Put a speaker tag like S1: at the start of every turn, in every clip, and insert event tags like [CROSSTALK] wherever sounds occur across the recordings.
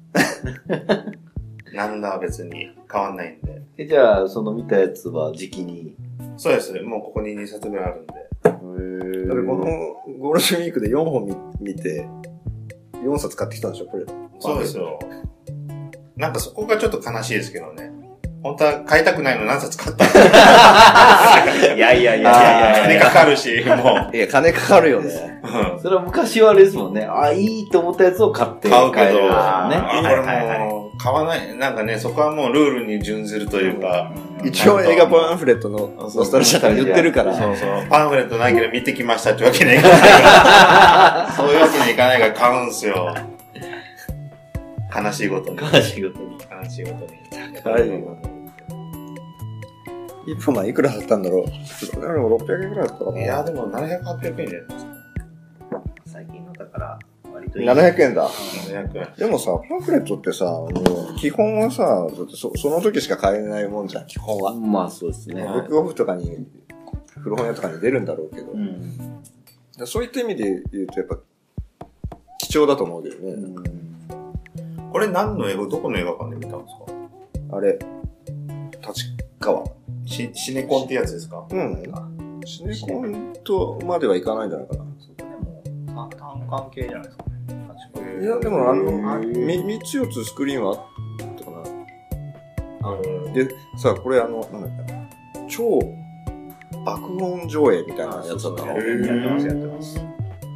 S1: なんだ別に変わんないんで。
S2: えじゃあ、その見たやつは時期に。
S1: そうです。もうここに2冊ぐらいあるんで。
S2: へ
S3: だってこのゴールデンウィークで4本見見て、4冊買ってきたんでしょ、
S2: [LAUGHS]
S3: これ。
S1: そうですよ。なんかそこがちょっと悲しいですけどね。本当は買いたくないの何冊買ったの
S2: いやいやいやい
S1: いや [LAUGHS]
S2: や
S1: い
S2: い
S1: や金か
S2: や。
S1: かるし、も
S3: いや、金かかるよね。
S1: う。
S2: それは昔はあれですもんね。あ、いいと思ったやつを買って
S1: 買うけ
S2: 帰
S1: ど、
S2: る
S1: あ
S2: ね。
S1: ー
S2: はい
S1: これ
S2: はいはい
S1: もう、買わない。なんかね、そこはもうルールに準ずるというか、
S3: 一応映画パンフレットのノスタルジアから言ってるから、
S1: そうそう、パンフレットないけど見てきましたってわけにはいかないから、そういうわけにいかないから買うんすよ。悲しいことに。
S2: 悲しいことに。
S1: 悲しいことに。
S3: 高いよ一本前いくらだったんだろう。でも600円くらいだったか
S1: いや、
S3: な。
S1: でも700、800円じゃないですか。
S4: 最近のだから、割といい。
S3: 700円だ。
S1: 700円。
S3: でもさ、パンフレットってさ、もう基本はさ、だってそその時しか買えないもんじゃん、基本は。
S2: まあそうですね。
S3: ブックオフとかに、古本屋とかに出るんだろうけど、
S2: う
S3: だか
S2: ん。
S3: らそういった意味で言うと、やっぱ、貴重だと思うけどね。
S1: これ何の映画、どこの映画館で見たんですか
S3: あれ、立川。
S1: シシネコンってやつですか
S3: うん。シネコンとまではいかないんじゃないかな。
S4: そこでも、単単関係じゃないですかね。確か
S3: いや、でもあの、
S1: の
S3: み、三つ四つスクリーンはあったかな。
S1: うん
S3: で、さあ、これあの、なんだっけな、超爆音上映みたいなやつだったの。だ
S4: へーやってますやってます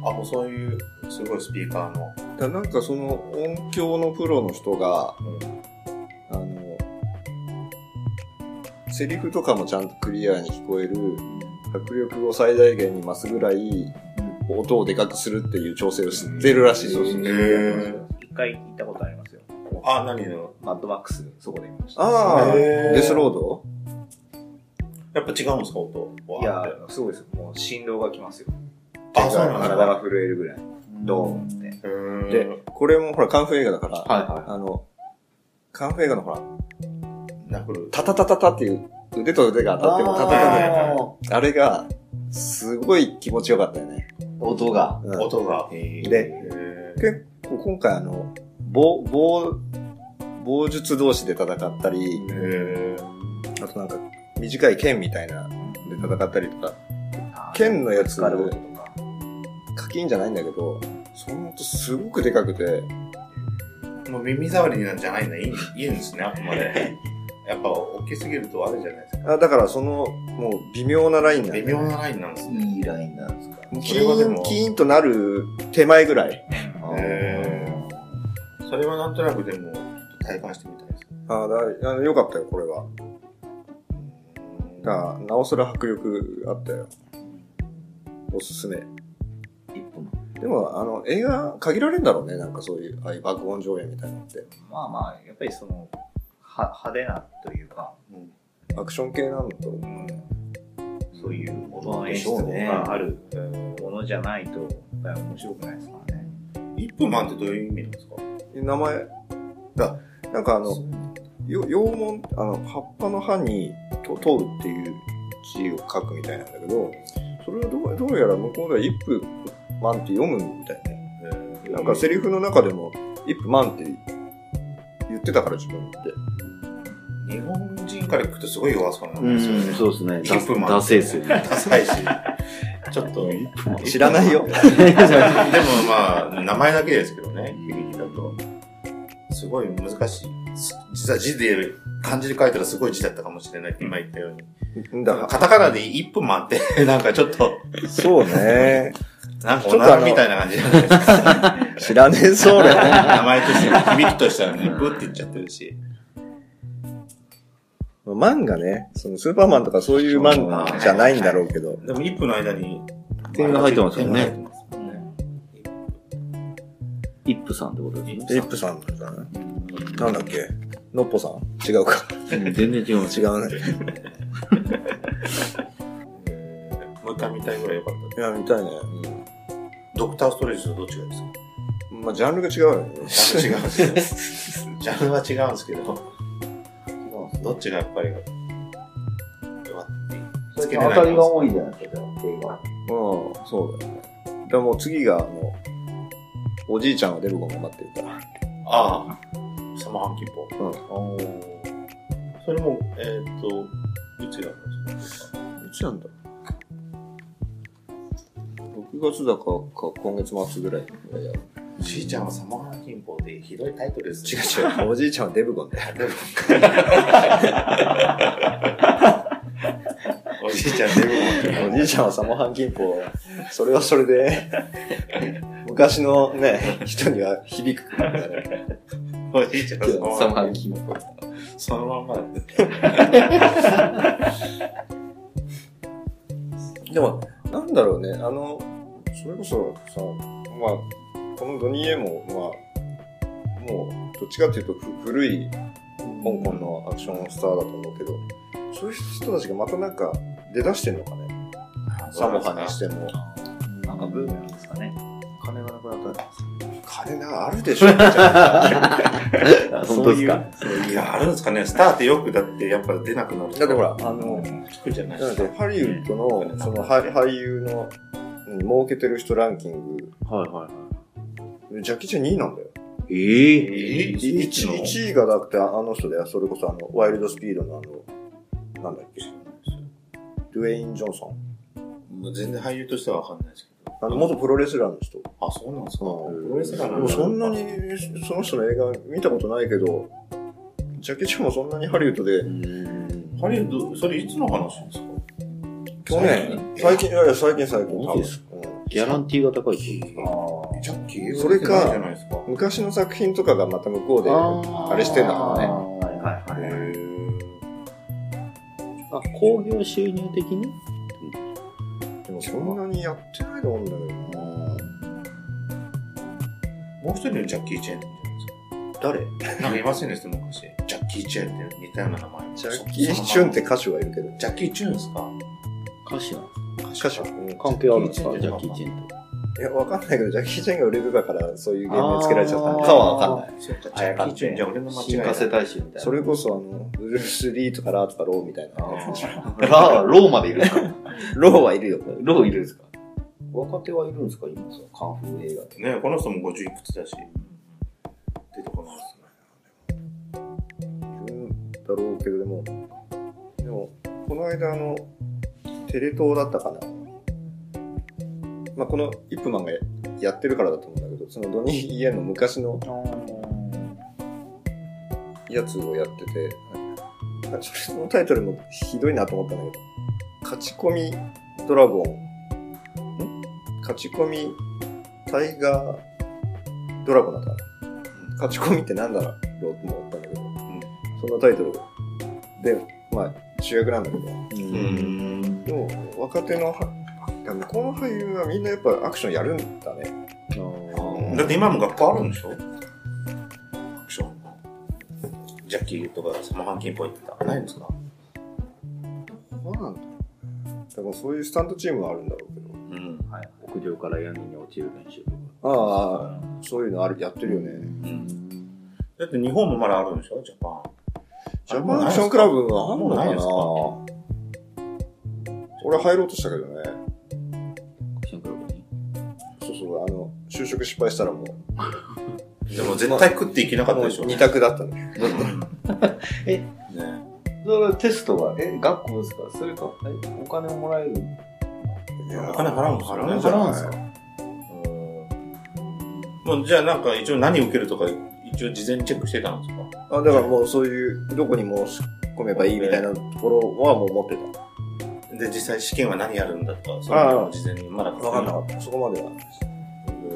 S1: あ、もうそういう、すごいスピーカーの。
S3: からなんかその音響のプロの人が、あの、セリフとかもちゃんとクリアに聞こえる、迫力を最大限に増すぐらい、音をでかくするっていう調整をしてるらしい。
S1: そうそうへー
S4: 一回行ったことありますよ。
S1: あ、何の
S4: マッドマックス、そこで見ました。
S3: ああ、
S1: へー
S3: デスロード
S1: やっぱ違うんですか、音は。
S4: いや、すごいですよ。もう振動がきますよ。
S1: あ、そうなん
S4: 体が震えるぐらい。ドーンって。
S3: で
S1: だ。で、、
S3: これもほら、カンフー映画だから、
S2: はいは
S3: あの、カンフー映画のほら、
S1: ナフル。
S3: タタタタタっていう、腕と腕が当たってもタタタタ
S1: あ
S3: あれが、すごい気持ちよかったよね。
S2: い。音が。
S3: うん
S1: 音が。
S3: で、結構今回あの、棒、棒、棒術同士で戦ったり、
S1: え
S3: あとなんか、短い剣みたいな、で戦ったりとか、剣のやつ
S4: があるとか。
S3: 課金じゃないんだけど、その音すごくでかくて、
S1: もう耳障りなんじゃないんだ。いいいいんですね、あく
S3: [LAUGHS]
S1: まで。やっぱ、大きすぎるとあれじゃないですか。
S3: あだからその、もう微妙なラインなんだ
S1: 微
S3: よね
S1: 妙なラインなんですね。
S2: いいラインなんですか。
S3: キーン、キーンとなる手前ぐらい。
S1: へそれはなんとなくでも、体感してみたいです。
S3: ああ、だあのよかったよ、これは。だからなおさら迫力あったよ。おすすめ。
S2: 一分
S3: でも、あの、映画、限られるんだろうね。なんかそういう、ああいう爆音上映みたいなのって。
S4: まあまあ、やっぱりその、は派手なというか、
S1: うん
S3: アクション系なんだと思うね。
S4: そういう音の演出があるものじゃないと、やっぱり面白くないですからね。
S1: 一分満ってどういう意味なんですか
S3: 名前、なんかあの、よ羊文、あの、葉っぱの葉にと通るっていう字を書くみたいなんだけど、それをどうどうやら向こうでは一夫万って読むみたいね。なんかセリフの中でも、一夫万って言ってたから自分って。
S1: 日本人から聞くとすごい弱そうなん
S4: うん
S1: ですよね。 [LAUGHS]
S4: そうですね。
S1: キップマン
S4: ダセーっすよね。
S1: ダサいし。ちょっと。
S3: 知らないよ。
S1: でもまあ、名前だけですけどね、響きだと。すごい難しい。実は字で、漢字で書いたらすごい字だったかもしれないって今言ったように。
S3: [LAUGHS] だか
S1: カタカナで一分待って、 [LAUGHS] なんかちょっと、
S3: ら、そうね。
S1: なんかおならみたいな感じじゃないですか。
S3: 知らねえ、それ。
S1: 名前として、響きとして
S4: [LAUGHS]
S1: はね、ブって言っちゃってるし。
S3: 漫画ね、そのスーパーマンとかそういう漫画じゃないんだろうけど、
S1: でも一分の間に、
S4: 点が入ってますよね
S1: 点が入ってますもんね。
S4: イップさんってことですね。
S3: フィリップさんとかね。なんだっけノッポさん違うか。
S4: うん全然違う。
S3: 違うね。
S1: もう一回見たいぐらい良かっ
S3: いや、見たいね。
S1: た。ドクターストレージとどっちがいいですか
S3: まあ、ジャンルが違うよね。
S1: ジャンル違うん
S3: [LAUGHS]
S1: ですよ。ジャンルは違うんですけど、どっちがやっぱり、つけてない
S5: 当たりが多いじゃないですか、映画。
S3: うん、そうだよね。でもう次が、あの、おじいちゃんが出る子も待ってるから。
S1: ああ、サマーハンキッポ。
S3: うん
S1: おーそれも、えーっ、と、いつやるんですか
S3: いつなんだ ?6 月だかか今月末ぐらいがやる。
S1: しーちゃんはサマーハンキッポでひどいタイトルです、ね。
S3: 違う違う。おじいちゃんはデブゴンだよ。 [LAUGHS]
S1: おじいちゃん全部
S3: おじいちゃんはサモハンキンポ、それはそれで、昔のね、人には響くからね。
S1: おじいちゃんは
S3: サモ
S1: サマー
S3: ハ
S1: ハ
S3: ン
S1: ンキ
S3: キンポ。
S1: ッポ。そのまんまだね。
S3: でも、なんだろうね、あの、それこそさ、まあ、このドニーエも、まあ、もう、どっちかっていうとふ古い香港のアクションスターだと思うけど、そういう人たちがまたなんか出だしてんのかね。サモハにしても。
S5: なんかブームなんですかね。
S4: 金がなくなった。
S3: 金な、あるでしょ。
S4: 本当ですか
S1: いや、あるんですかね。スターってよくだってやっぱ出なくなる。
S3: だってほら、あの、
S1: 聞くじゃないで
S3: なの
S1: すか
S3: で、。ハリウッドの、その、は俳優の、うん儲けてる人ランキング、
S4: はいはいは
S3: ジャッキーちゃん2位なんだよ。
S4: い。ええ
S1: え
S3: 1,
S1: いつの
S3: 位がだって、あの人だよ。それこそ、あの、ワイルドスピードのあの、なんだっけ。ドゥエイン・ジョンソン。
S1: もう全然俳優としてはわかんないですけど。
S3: あの、元プロレスラーの人。
S1: あ、そうなんですか。
S3: うん
S1: プロレスラー
S3: で
S1: なん
S3: も
S1: だ
S3: そんなに、その人の映画見たことないけど、ジャッキーちゃんもそんなにハリウッドで、
S1: ハリウッド、それいつの話ですか
S3: 去年、最近、いやいや、最近最近、
S4: マジです
S3: 多分
S4: ギャランティーが高いってことですか
S1: ジャッキー
S3: それか
S1: 映画出てないじゃないですか
S3: うん。昔の作品とかがまた向こうで、あれしてんだからね。
S5: はいはいはい。
S1: へ
S4: あ、興行収入的に
S3: でもそんなにやってないと思うんだけどな。
S1: ーもう一人のジャッキー・チェンって言うんじ
S3: 誰
S1: ゃ [LAUGHS] ないですか。なんかいませんでした、昔。ジャッキー・チェンって似たような名前。
S3: ジャッキー・チュンって歌手はいるけど。
S1: ジャッキー・チュンですか
S4: 歌詞なの
S3: 歌手うんい
S4: 関係あるんですか
S1: ジ
S4: ジ
S1: ャッ
S4: ャッ
S1: キ
S4: キ
S1: ー
S4: ー・
S1: チ
S4: チ
S1: ェ
S4: ェンと。
S3: や、わかんないけど、ジャッキー・チェンが売れるだから、そういう芸名つけられちゃったのかはわかんない。
S1: そうか、ジャッキー・チュンじゃあ俺の間違い
S4: 進
S1: だ
S4: 化世大使みたい
S3: それこそ、あの、ブルース・リーとかラーとかローみたいなやつでしょ。
S4: な。ラー、ローまでいるんですか
S3: ローはいるよ。
S4: [LAUGHS] ローいるんですか若手はいるんですか今、そのカンフー映画って。
S1: ねこの人も50いくつだし。出てこないですね。
S3: いるんだろうけど、でも、でも、この間、あの、テレ東だったかな。まあ、この、イップマンがやってるからだと思うんだけど、そのドニー・イエンの昔のやつをやってて、あそれのタイトルもひどいなと思ったんだけど、勝ち込みドラゴン、ん勝ち込みタイガードラゴンだったかな勝ち込みってなんだろうと思ったんだけど、
S1: ん
S3: そのタイトルで、まあ主役なんだけど、
S1: うーん。
S3: でも若手のは、向こうの俳優はみんなやっぱアクションやるんだね。
S4: うん
S1: だって今も学校あるんでしょアクションの。ジャッキーとかサマーハンキンポイントってないんですか
S3: そうなんだ。だからそういうスタントチームはあるんだろうけど。
S1: うん。
S4: はい屋上から屋根に落ちる練習とか。
S3: ああ、そういうのある、やってるよね。
S1: うん。だって日本もまだあるんでしょジャパ
S3: ジャパンアクションクラブがあんの
S1: ないですか
S3: かな俺入ろうとしたけどね。
S5: シンクロ部に。
S3: そうそう、あの、就職失敗したらもう、
S1: ン。でも絶対食っていけなかったでしょ
S3: 二択だったね。
S1: え
S5: え
S1: [LAUGHS] ね
S4: それはテストは、え、学校ですかそれか、えお金をもらえる
S3: い
S1: お金払うんですか
S3: 払うんじゃない
S1: かもうじゃあなんか一応何受けるとか一応事前にチェックしてたんですか
S3: あだからもうそういう、どこに申し込めばいいみたいなところはもう持ってた。
S1: で、実際試験は何やるんだとか、そういうのを事前にまだ
S3: わかんなかった。そこまでは。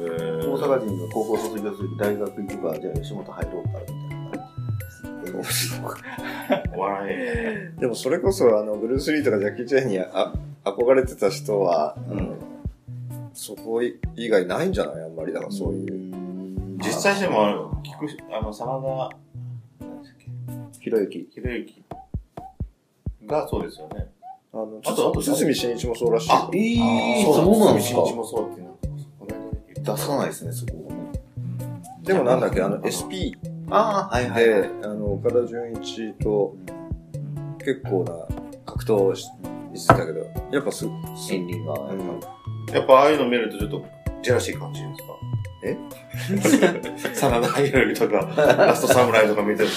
S1: え
S4: 大阪人が高校卒業する大学行くか、じゃあ吉本入ろうか、みたいな感じです。
S1: 笑え。
S3: でもそれこそ、あの、ブルース・リーとかジャッキー・チェーンにあ憧れてた人は、
S1: うん
S3: そこ以外ないんじゃないあんまり。だからそういう。
S1: 実際でも、聞くし、あの、真田、なんだっけ、
S4: ひろゆき。
S1: ひろゆきがそうですよね。
S3: あの、
S1: あとあと
S3: 堤真一もそうらしい
S1: あ
S3: よ。
S4: え
S1: あ
S4: ー
S1: ー
S4: そうなんですか
S1: 道もそうっていうのこの間言ってた
S4: 出さないですね、そこをね。
S3: でもなんだっけ、あの、SP
S4: ああ、はいはいはい。
S3: で、あの、岡田純一と結構な格闘をししてたけど、やっぱす、す
S4: 心理が、やっ
S1: やっぱああいうの見るとちょっと、ジェラシー感じるんですか
S3: え
S1: [LAUGHS] 真田広之とか、ラストサムライとか見てる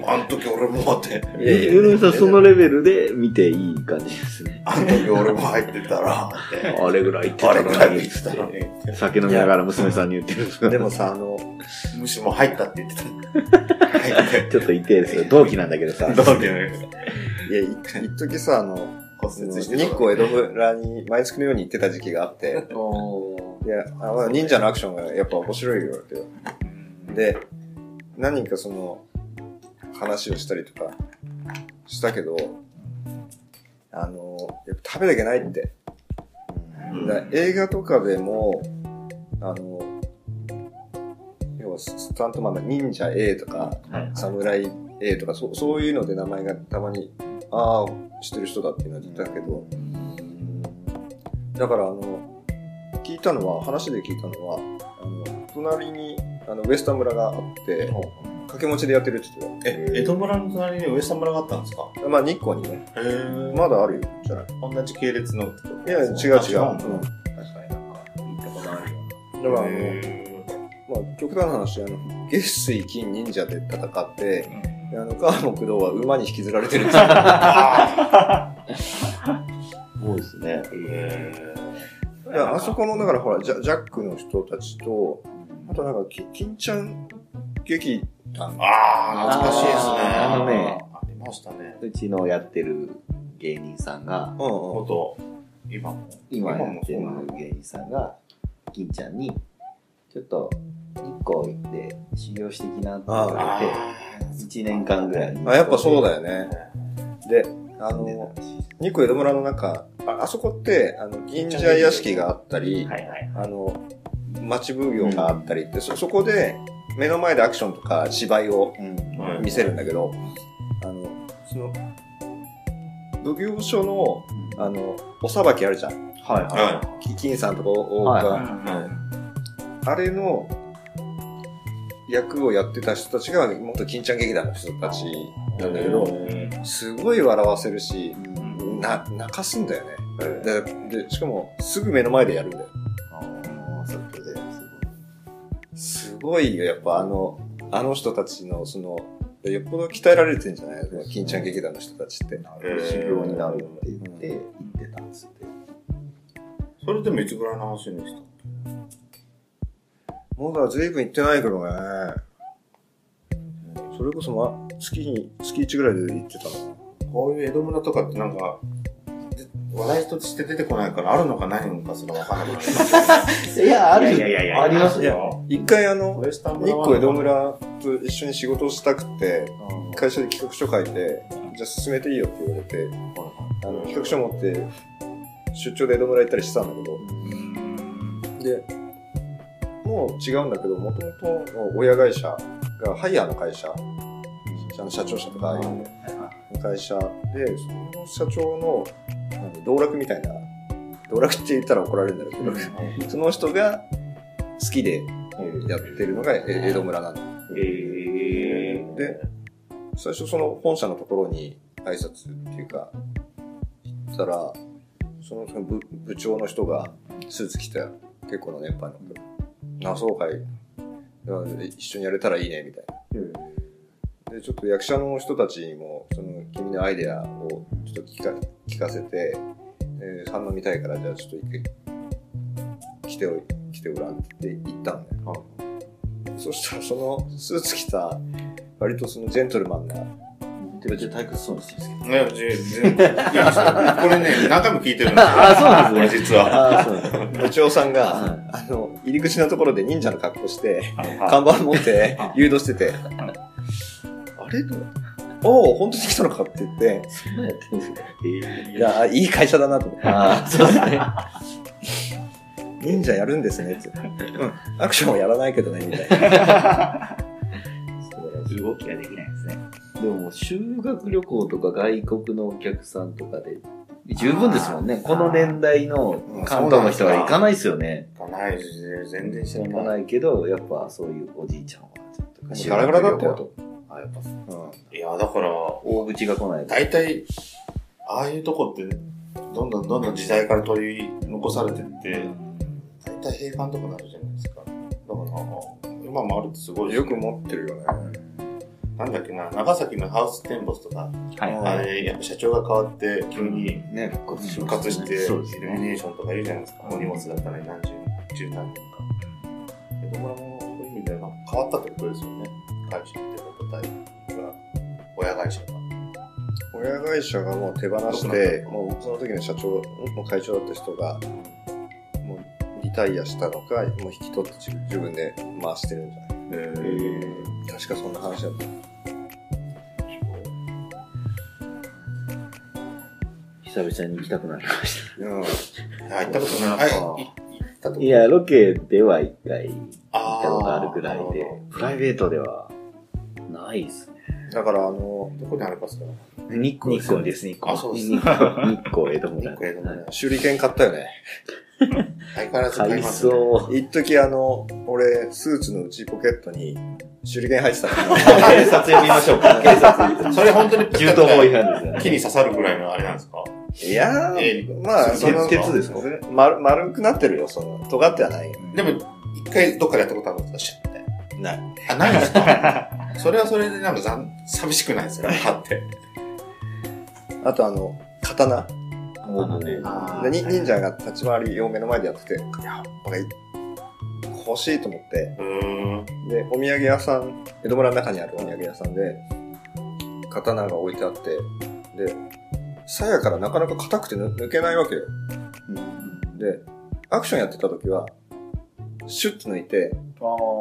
S1: と、あの時俺もって、
S4: ぱ。ヨネさん、そのレベルで見ていい感じですね。
S1: あの時俺も入ってたら、って、
S4: あれぐらい言って
S1: あ
S4: た
S1: れ
S4: の
S1: く
S4: に
S1: らい見てたら [LAUGHS]
S4: つっ
S1: ね、
S4: て酒飲みながら娘さんに言ってるんですけど
S3: でもさ、あの、
S1: むしろもう入ったって言ってた。入って
S4: ちょっと痛いですよ。同期なんだけどさ。
S1: どうっていうの
S3: いや、い一時さ、あの、
S1: 骨折
S3: 日
S1: して
S3: 光江戸村に毎月のように行ってた時期があって、いや、あの忍者のアクションがやっぱ面白いよって。で、何人かその、話をしたりとかしたけど、あの、やっぱ食べなきゃないって。だから映画とかでも、あの、要はスタントマンの忍者 A とか、
S1: はい
S3: 侍 A とかそ、そういうので名前がたまに、ああ、知ってる人だっていうのは言ったけど、だからあの、聞いたのは、話で聞いたのは、あの、隣に、あの、ウエスタン村があって、掛け持ちでやってるって言って
S1: え、江戸村の隣に上様村があったんですか
S3: た。まあ、日光にね、
S1: へえ
S3: まだあるよ、じゃない。
S1: 同じ系列のってこと
S3: いや、違う違う。
S1: あ
S3: うん
S5: 確かになんか、行ったことあるよ。
S3: だからあの、
S1: へ
S3: まあ、極端な話、あの、月水金忍者で戦って、
S1: ー
S3: であの、川野工藤は馬に引きずられてるっ
S1: [LAUGHS]
S3: ていう。
S4: そうですね。
S1: へ
S3: いや、あそこの、だからほら、ジャジャックの人たちと、あとなんか、き金ちゃん劇団
S1: ーああ、懐かしいですね。
S4: あーあのね
S1: ありましたね。
S4: うちのやってる芸人さんが、
S3: うんうん。
S1: 元、今も。
S4: 今やってる
S1: 今もそうなの
S4: 芸人さんが、金ちゃんに、ちょっと、日光行って修行してきなって言われて、1年間ぐらい。
S3: あ、やっぱそうだよね。で、あ
S4: あの
S3: の、、ニコ江戸村の中、ああそこって、あの、銀座屋敷があったり、
S5: はいはい。
S3: あの、町奉行があったりって、そ、そこで、目の前でアクションとか芝居を
S4: うん。
S1: はい
S3: 見せるんだけど、あの、その、奉行所の、あの、おさばきあるじゃん。
S4: はい
S1: は
S3: き金さんとか大岡、
S4: はい
S1: い。は
S3: あれの役をやってた人たちが、もっと金ちゃん劇団の人たちなんだけ
S1: う
S3: ど、
S1: ん
S3: すごい笑わせるし、
S4: うん
S3: な、泣かすんだよね。で、でしかも、すぐ目の前でやるんだよ。
S4: あーそっかです
S3: すごいよ、やっぱあの、あの人たちの、その、よっぽど鍛えられてんじゃないその金ちゃん劇団の人たちって。
S4: ごい。修行になるって言って、行ってたんですって。
S1: それでもいつぐらいの話でした
S3: もうだから随分行ってないけどね。それこそ、ま、月に、月1ぐらいで行ってたの。
S1: こういう江戸村とかってなんか、で話題として出てこないから、あるのかないのかすらわかんなくなる。
S4: いや、 [LAUGHS] ある
S5: いやいやいやいや
S4: あります
S3: いや
S4: よ。
S3: 一回あの、
S1: ウエスタ
S3: 日
S1: ン村は
S3: 光江戸村と一緒に仕事をしたくて、
S4: うん
S3: 会社で企画書書いて、じゃあ進めていいよって言われて、あの企画書持って、出張で江戸村行ったりしてたんだけど、で、もう違うんだけど、もともとの親会社が、ハイヤーの会社、あの社長社とかああいうねの会社で、その社長の、何道楽みたいな、道楽って言ったら怒られるんだろうけど、その人が好きでやってるのがえ江戸村なんだ。
S5: えー
S3: で、最初その本社のところに挨拶っていうか、行ったら、そのその部部長の人がスーツ着た結構な年配の人、あ、そうかい。いや一緒にやれたらいいね、みたいな。で、ちょっと役者の人たちにも、その君のアイデアをちょっと聞か聞かせて、えー、反応見たいから、じゃあちょっと一回、来ておい、来てごらんって言ったんだよ。そしたらそのスーツ着た、割とそのジェントルマンな、
S4: てか、ちょっと退屈そうにしてるんですけど。
S1: ね、全然いやそうこれね、何回も聞いてるんですよ。
S4: あそうなんです
S1: ね。実は。
S4: ああ、そうなんで
S3: 部長さんが、
S4: はい
S3: あの、入り口のところで忍者の格好して、看板持って、誘導してて、あれと思っておお、本当に来たのかって言って、
S4: す。そんなんやってるんですね。
S3: いや、いい会社だなと思って、
S4: ああ、そうですね。
S3: [LAUGHS] 忍者やるんですねって言って、うん、アクションはやらないけどね、みたい
S4: [LAUGHS]
S3: な。
S5: 動きができないですね。
S4: でも、修学旅行とか外国のお客さんとかで、十分ですもんね。この年代の関東の人は行かないですよね。
S1: 行かないし、全然知ら
S4: 行か
S1: ない。
S4: ないけど、やっぱそういうおじいちゃんは、ちょっと
S3: ガ
S4: か
S3: ラガラだったよ。
S4: あ、やっぱそう
S1: いや、だから、
S4: 大口が来ない。
S1: 大体、ああいうとこって、どんどんどんどん時代から取り残されてって、大体閉館とかなるじゃないですか。だから、今もあるってすごいです
S3: よ
S1: ね
S3: く持ってるよね。
S1: なんだっけな、長崎のハウステンボスとか、
S5: はい
S3: うん
S1: あれ、やっぱ社長が変わって、急に
S3: ね、復活し
S1: 復活して、
S5: そうです
S1: イ
S5: ね
S1: ルミネーションとかいるじゃないですか。お荷物だったら何十、十何年か。子供らもそういう意味では変わったってことですよね。会社ってことだいが、親会社が。
S3: 親会社がもう手放して、もうその時の社長、もう会長だった人が、もうリタイアしたのか、もう引き取って自自分で回してるんじゃない確かそんな話だった。
S4: 久々に行きたくなりまし
S3: うん。
S1: あ行ったことない。
S4: なんか
S1: はい、い行ったと
S4: た。
S1: こ
S4: いや、ロケでは一回行
S1: あー
S4: ったことあるぐらいで
S1: なるほ、
S4: プライベートでは、ないですね。
S3: だからあの、
S1: どどこにありますか
S4: 日光日光です、日光。
S1: あそうです
S4: 日光、日光江戸
S1: 日
S4: 村。
S1: 光江戸村。
S3: 修理券買ったよね。
S1: 相変わらず買い
S4: 海
S1: ますね。
S4: 藻。
S3: 一時あの、俺、スーツの内ポケットに修理券入ってたの。
S1: [LAUGHS]
S4: 警察呼びましょうか。警察。
S1: それ本当に
S4: 銃刀法違反ですよね。
S1: 木に刺さるぐらいのあれなんですか
S3: いや
S1: え
S3: ー、
S1: え
S3: まあ、
S1: 鉄
S3: その、
S1: 鉄ですか
S3: それ丸丸くなってるよ、その、尖ってはないよ。
S1: でも、一回どっかでやったことあるんですか知って。
S3: ない。
S1: あ、ないんで
S3: [LAUGHS]
S1: すかそれはそれでなんか残寂しくないですか買って。
S3: あとあの、刀。
S4: あのね
S1: あ
S3: でに忍者が立ち回りを目の前でやってて、いや、これ、欲しいと思って、
S1: うーん。
S3: で、お土産屋さん、江戸村の中にあるお土産屋さんで、刀が置いてあって、で、鞘からなかなか硬くて抜抜けないわけよ。で、アクションやってた時は、シュッと抜いて、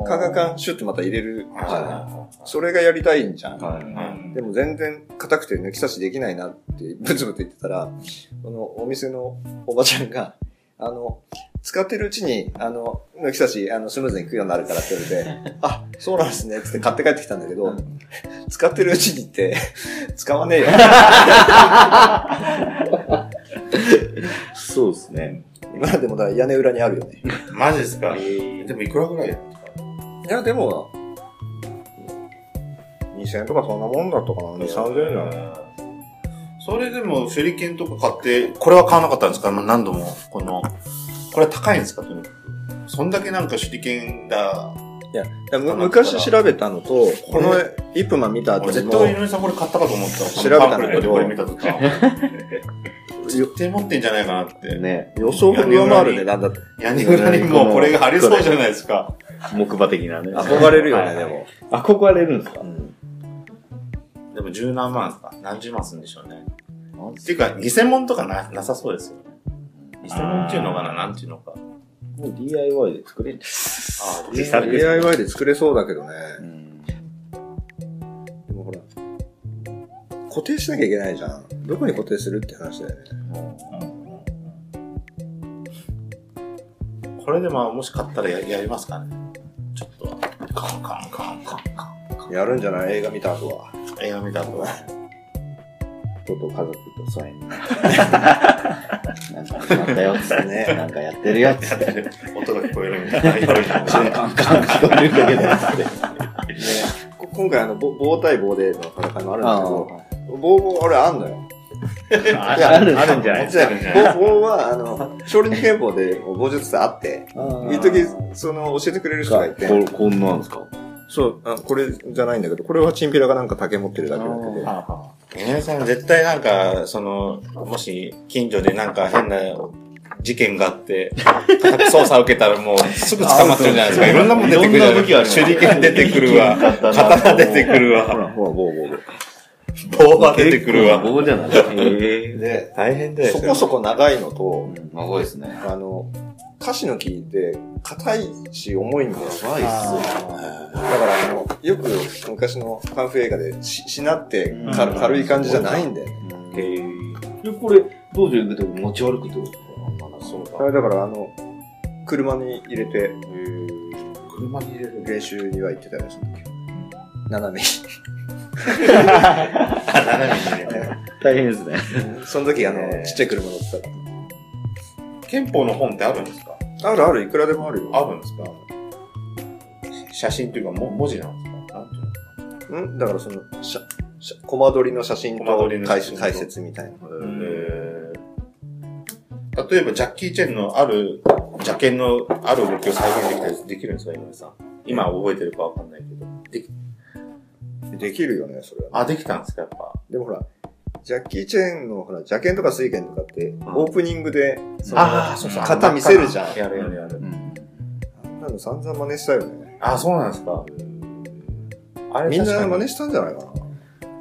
S3: カンカンカンシュッとまた入れるじゃない。それがやりたいんじゃん。
S1: うん
S3: でも全然硬くて抜き差しできないなって [LAUGHS] ブツブツ言ってたら、このお店のおばちゃんが、あの、使ってるうちに、あの、抜き差し、あの、スムーズにいくようになるからって言われ [LAUGHS] て、あ、そうなんですね、つって買って帰ってきたんだけど、使ってるうちにって、 [LAUGHS] 使わねえよ。
S4: そうですね。
S3: 今でもだから屋根裏にあるよね。
S1: マジですか
S4: え
S1: でもいくらぐらいやっ
S3: い
S1: た
S3: や、でも、2000円とかそんなもんだったかな、2、3000円じゃない
S1: それでも手裏剣とか買って、これは買わなかったんですかまあ何度も。この、これは高いんですかとにかく。そんだけなんか手裏剣だ。
S3: いや、いやむ昔調べたのと、このイップマン見た後
S1: 俺
S3: に
S1: 絶
S3: も、
S1: 対井上さんこれ買ったかと思った。
S3: 調べたんだ
S1: パンフレ
S3: けど
S1: ットでこれ見たとか。
S3: [LAUGHS]
S1: 絶対持ってんじゃないかなって。
S4: ね、
S3: 予想を上回る値段だって。
S1: 屋根裏にもうこれがありそうじゃないですか。
S5: 木馬的なね。
S3: 憧れるよ
S5: は
S3: ね、
S5: い
S3: でも。
S5: 憧れるんですか
S1: でも十何万ですか何十万するんでしょうね。
S4: なん
S1: っていうか、偽物とかな、なさそうですよね。偽物っていうのかななんていうのか。
S4: もう DIY で作れるんです。
S1: あ
S5: 実際
S3: DIY で作れそうだけどね。でもほら、固定しなきゃいけないじゃん。どこに固定するって話だよね。
S1: これでまあ、もし買ったらややりますかねちょっとは。カンカンカンカンカ
S3: やるんじゃない映画見た後は。
S1: ン。映画見た後 [LAUGHS] は。
S4: 人と家族と疎遠になって。なんか始まったよっつってね。なんかやってるよっつって。
S1: [LAUGHS] 音が聞こえるみたいな。
S4: カンカンカン聞こえるんだけどっつって。
S3: こ今回あの、ぼ棒対棒での戦いもあるんだ
S4: あ
S3: け
S4: あ
S3: ど、棒棒、俺あんのよ。
S5: あ
S3: いや
S5: あるあるんじゃない
S1: そうやねんね
S3: 棒棒は、あの、少林拳法で棒術ってあって、
S4: あ
S3: 一時その、教えてくれる人がいて、
S6: ここんなんですか
S3: そうあ、これじゃないんだけど、これはチンピラがなんか竹持ってるだけだけど、
S1: 皆さん絶対なんか、その、もし近所でなんか変な事件があって、家宅捜査受けたらもうすぐ捕まってるじゃないですか。いろんなもん出てくるじゃない
S6: いろんな武器ある
S1: 手裏剣出てくる [LAUGHS] わ。刀出てくる
S6: ほ
S1: わ。
S6: ら、ほら、棒棒。
S1: 棒が出てくるわ。
S6: 棒じゃないへ
S3: で、
S1: 大変だよ。
S3: そこそこ長いのと、
S6: ぇ長いですね。
S3: あの、カシの木って硬いし重いんだよ。
S6: 長いっすよ。
S3: だからあの、よく昔のカンフー映画でししなって軽
S6: うん
S3: 軽い感じじゃないんだよね。
S6: へぇこれ、道場行くと持ち歩くってことですか
S3: あれだからあの、車に入れて
S1: 車に入れる。
S3: 練習には行ってたりするんだけど。斜め
S1: 斜めに入れて。
S5: 大変ですね。
S3: に。その時あの、
S1: ね
S3: ちっちゃい車乗ってたか。
S1: 憲法の本ってあるんですから
S3: あるある、いくらでもあるよ。
S1: あるんですか写真というかも文字なんですかなんていうの
S3: うんだからその、しゃ、しゃ、コマ撮りの写真
S1: コマ撮
S3: と
S1: りの写
S3: 解
S1: 真と
S3: 解説みたいな。
S1: えー例えば、ジャッキー・チェンのある、ジャケンのある動きを再現できたりできるんですか、今井さん。今覚えてるかわかんないけど。
S3: できるよね、それは。
S1: あ、できたんですか、やっぱ。
S3: でもほら、ジャッキー・チェーンのほら、邪剣とか水剣とかって、オープニングで、その
S1: ーそう
S3: 型見せるじゃん。
S1: やるやるやる。
S3: あんなの散々真似したよね。
S1: あ、そうなんですか。あれ
S3: みんな真
S1: ね。
S3: 似したんじゃないかな。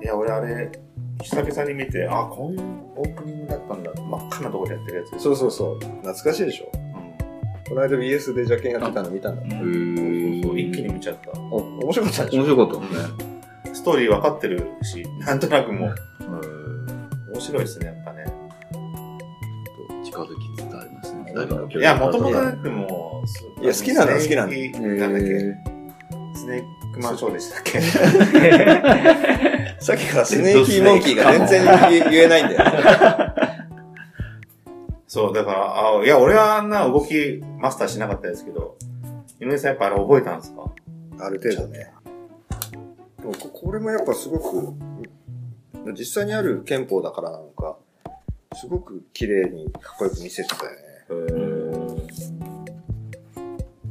S1: いや、俺あれ、久々に見て、あ、こういうオープニングだったんだ。真っ赤なとこでやってるやつ。
S3: そうそうそう。懐かしいでしょ。この間 BS で邪剣やってたの見たんだ。
S6: へぇ
S1: そう一気に見ちゃった。
S3: お面白かったでしょ
S6: 面白かったですね。
S1: ストーリー分かってるし、なんとなくもう、面白いですね、やっぱね。
S6: 近づきつつありますね。誰かの距離
S1: いや、
S6: が
S1: もともとだってもうす、
S3: いや好きなの
S1: スネー
S3: 好
S1: キなんだっけスネークマンショーでしたっけ [LAUGHS]
S3: さっきからスネーキーモンキーが全然言えないんだよね。
S1: そう、だから、あいや、俺はあんな動きマスターしなかったですけど、井上さんやっぱあれ覚えたんですか
S3: ある程度ね。でもここれもやっぱすごく、実際にある憲法だからなのか、すごく綺麗にかっこよく見せてたよ
S1: へ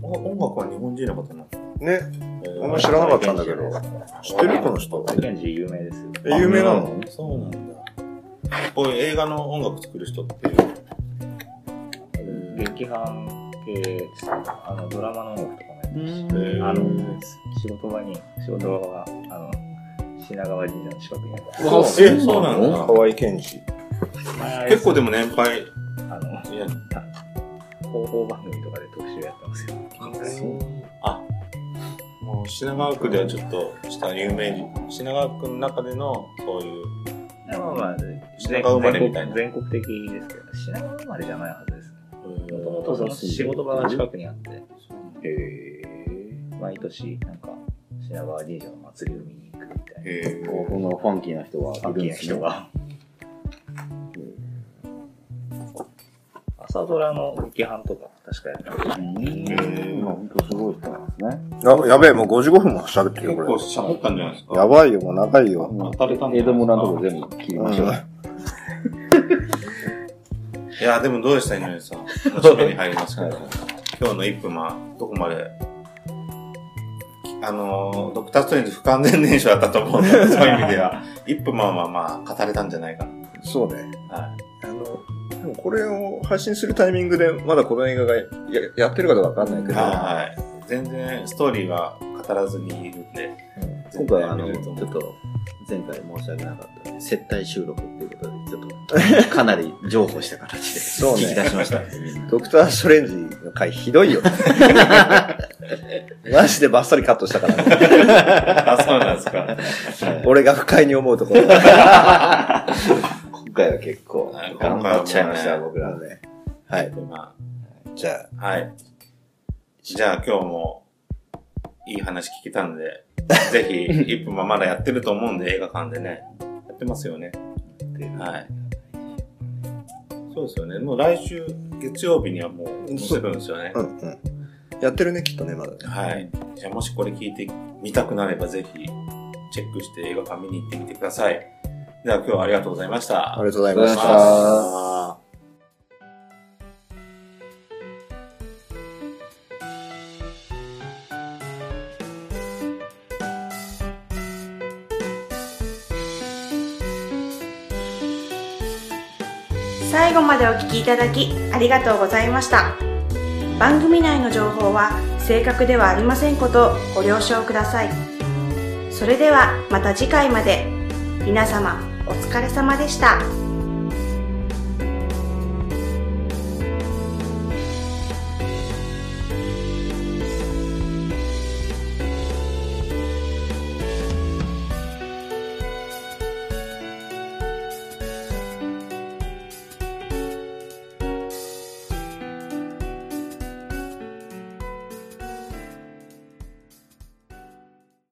S1: 音楽は日本人の方なんですか
S3: ね。ね。あんま知らなかったんだけど。知ってるこの人。
S5: 世間人有名ですよ。
S3: え有名なの
S1: そうなんだ。こういう映画の音楽作る人って、
S5: 劇伴系ですねあの、ドラマの音楽とかもやってるし、
S1: えー
S5: あの、仕事場に、仕事場が、あの、品川神社の近くにある。
S1: そうえそうなんだ。
S3: 河合健二。
S1: 結構でも年配。い
S5: あの、
S1: や
S5: 広報番組とかで特集やってますよ。
S1: もう品川区ではちょっとした有名人、品川区の中でのそういう、
S5: まあまあ、
S1: 品川生まれみたいな
S5: 全国全国的ですけど、品川生まれじゃないはずですね。もともとその仕事場が近くにあって、毎年、なんか、品川神社の祭りを見に行くみたいな。
S1: へー
S6: このファンキーな人はい
S5: ファンキ
S6: る
S5: ー
S6: んで
S5: な
S6: すね
S5: 人。が。朝ドラの劇伴とか、確かやってた。
S6: うん。本当すごい人なんですね。
S3: あ、やべえ、もう55分も喋ってるよ、
S1: 結
S3: こ
S1: 構
S3: れ。
S1: 喋ったんじゃないですか。
S3: やばいよ、もう長いよ。
S1: 当たれたんじ
S6: 江
S1: ゃな
S6: 戸
S1: いです
S6: 村のと
S1: か
S6: こ。全部切りましょう。
S1: いや、でもどうでした、井上さん。楽しみに入りますけど。今日の一分は、どこまであのー、ドクターストレンジ不完全燃焼だったと思うんで、そういう意味では、一分はまあまあ、語れたんじゃないかな。
S3: そうね。
S1: は
S3: あの、でもこれを配信するタイミングで、まだこの映画がややってるかどうかわかんないけ
S1: い。
S3: ど、
S1: はい。全然、ストーリーは語らずにいるんで。
S4: 今回あの、
S1: 全
S4: ち
S1: 然見れると思
S4: ょ
S1: う
S4: っと、前回申し訳なかったんで、接待収録っていうことで、ちょっと、かなり譲歩した形で、
S3: そうね
S4: 聞き出しました。
S3: ドクター・ストレンジの回ひどいよね。マジでバッサリカットしたから、ね、
S1: あ、そうなんですか。
S3: 俺が不快に思うところ。
S4: 今回は結構、
S1: はい
S4: 頑張っちゃいました、
S1: 今回はも
S4: 僕らね。
S3: はい。
S1: ま
S3: じゃ
S1: あ、はい。じゃあ今日も、いい話聞けたん [LAUGHS] で、ぜひ、一分はまだやってると思うんで、映画館でね。やってますよね。はい。そうですよね。もう来週、月曜日にはもう、載せるんですよね
S3: あ、う。んうん。やってるね、きっとね、まだね。
S1: はい。じゃあもしこれ聞いてみたくなれば、ぜひ、チェックして映画館見に行ってみてください。では今日はありがとうございました。
S3: りがとうござい
S4: ました
S7: 最後までお聞きいただきありがとうございました番組内の情報は正確ではありませんことをご了承くださいそれではまた次回まで皆様お疲れ様でした。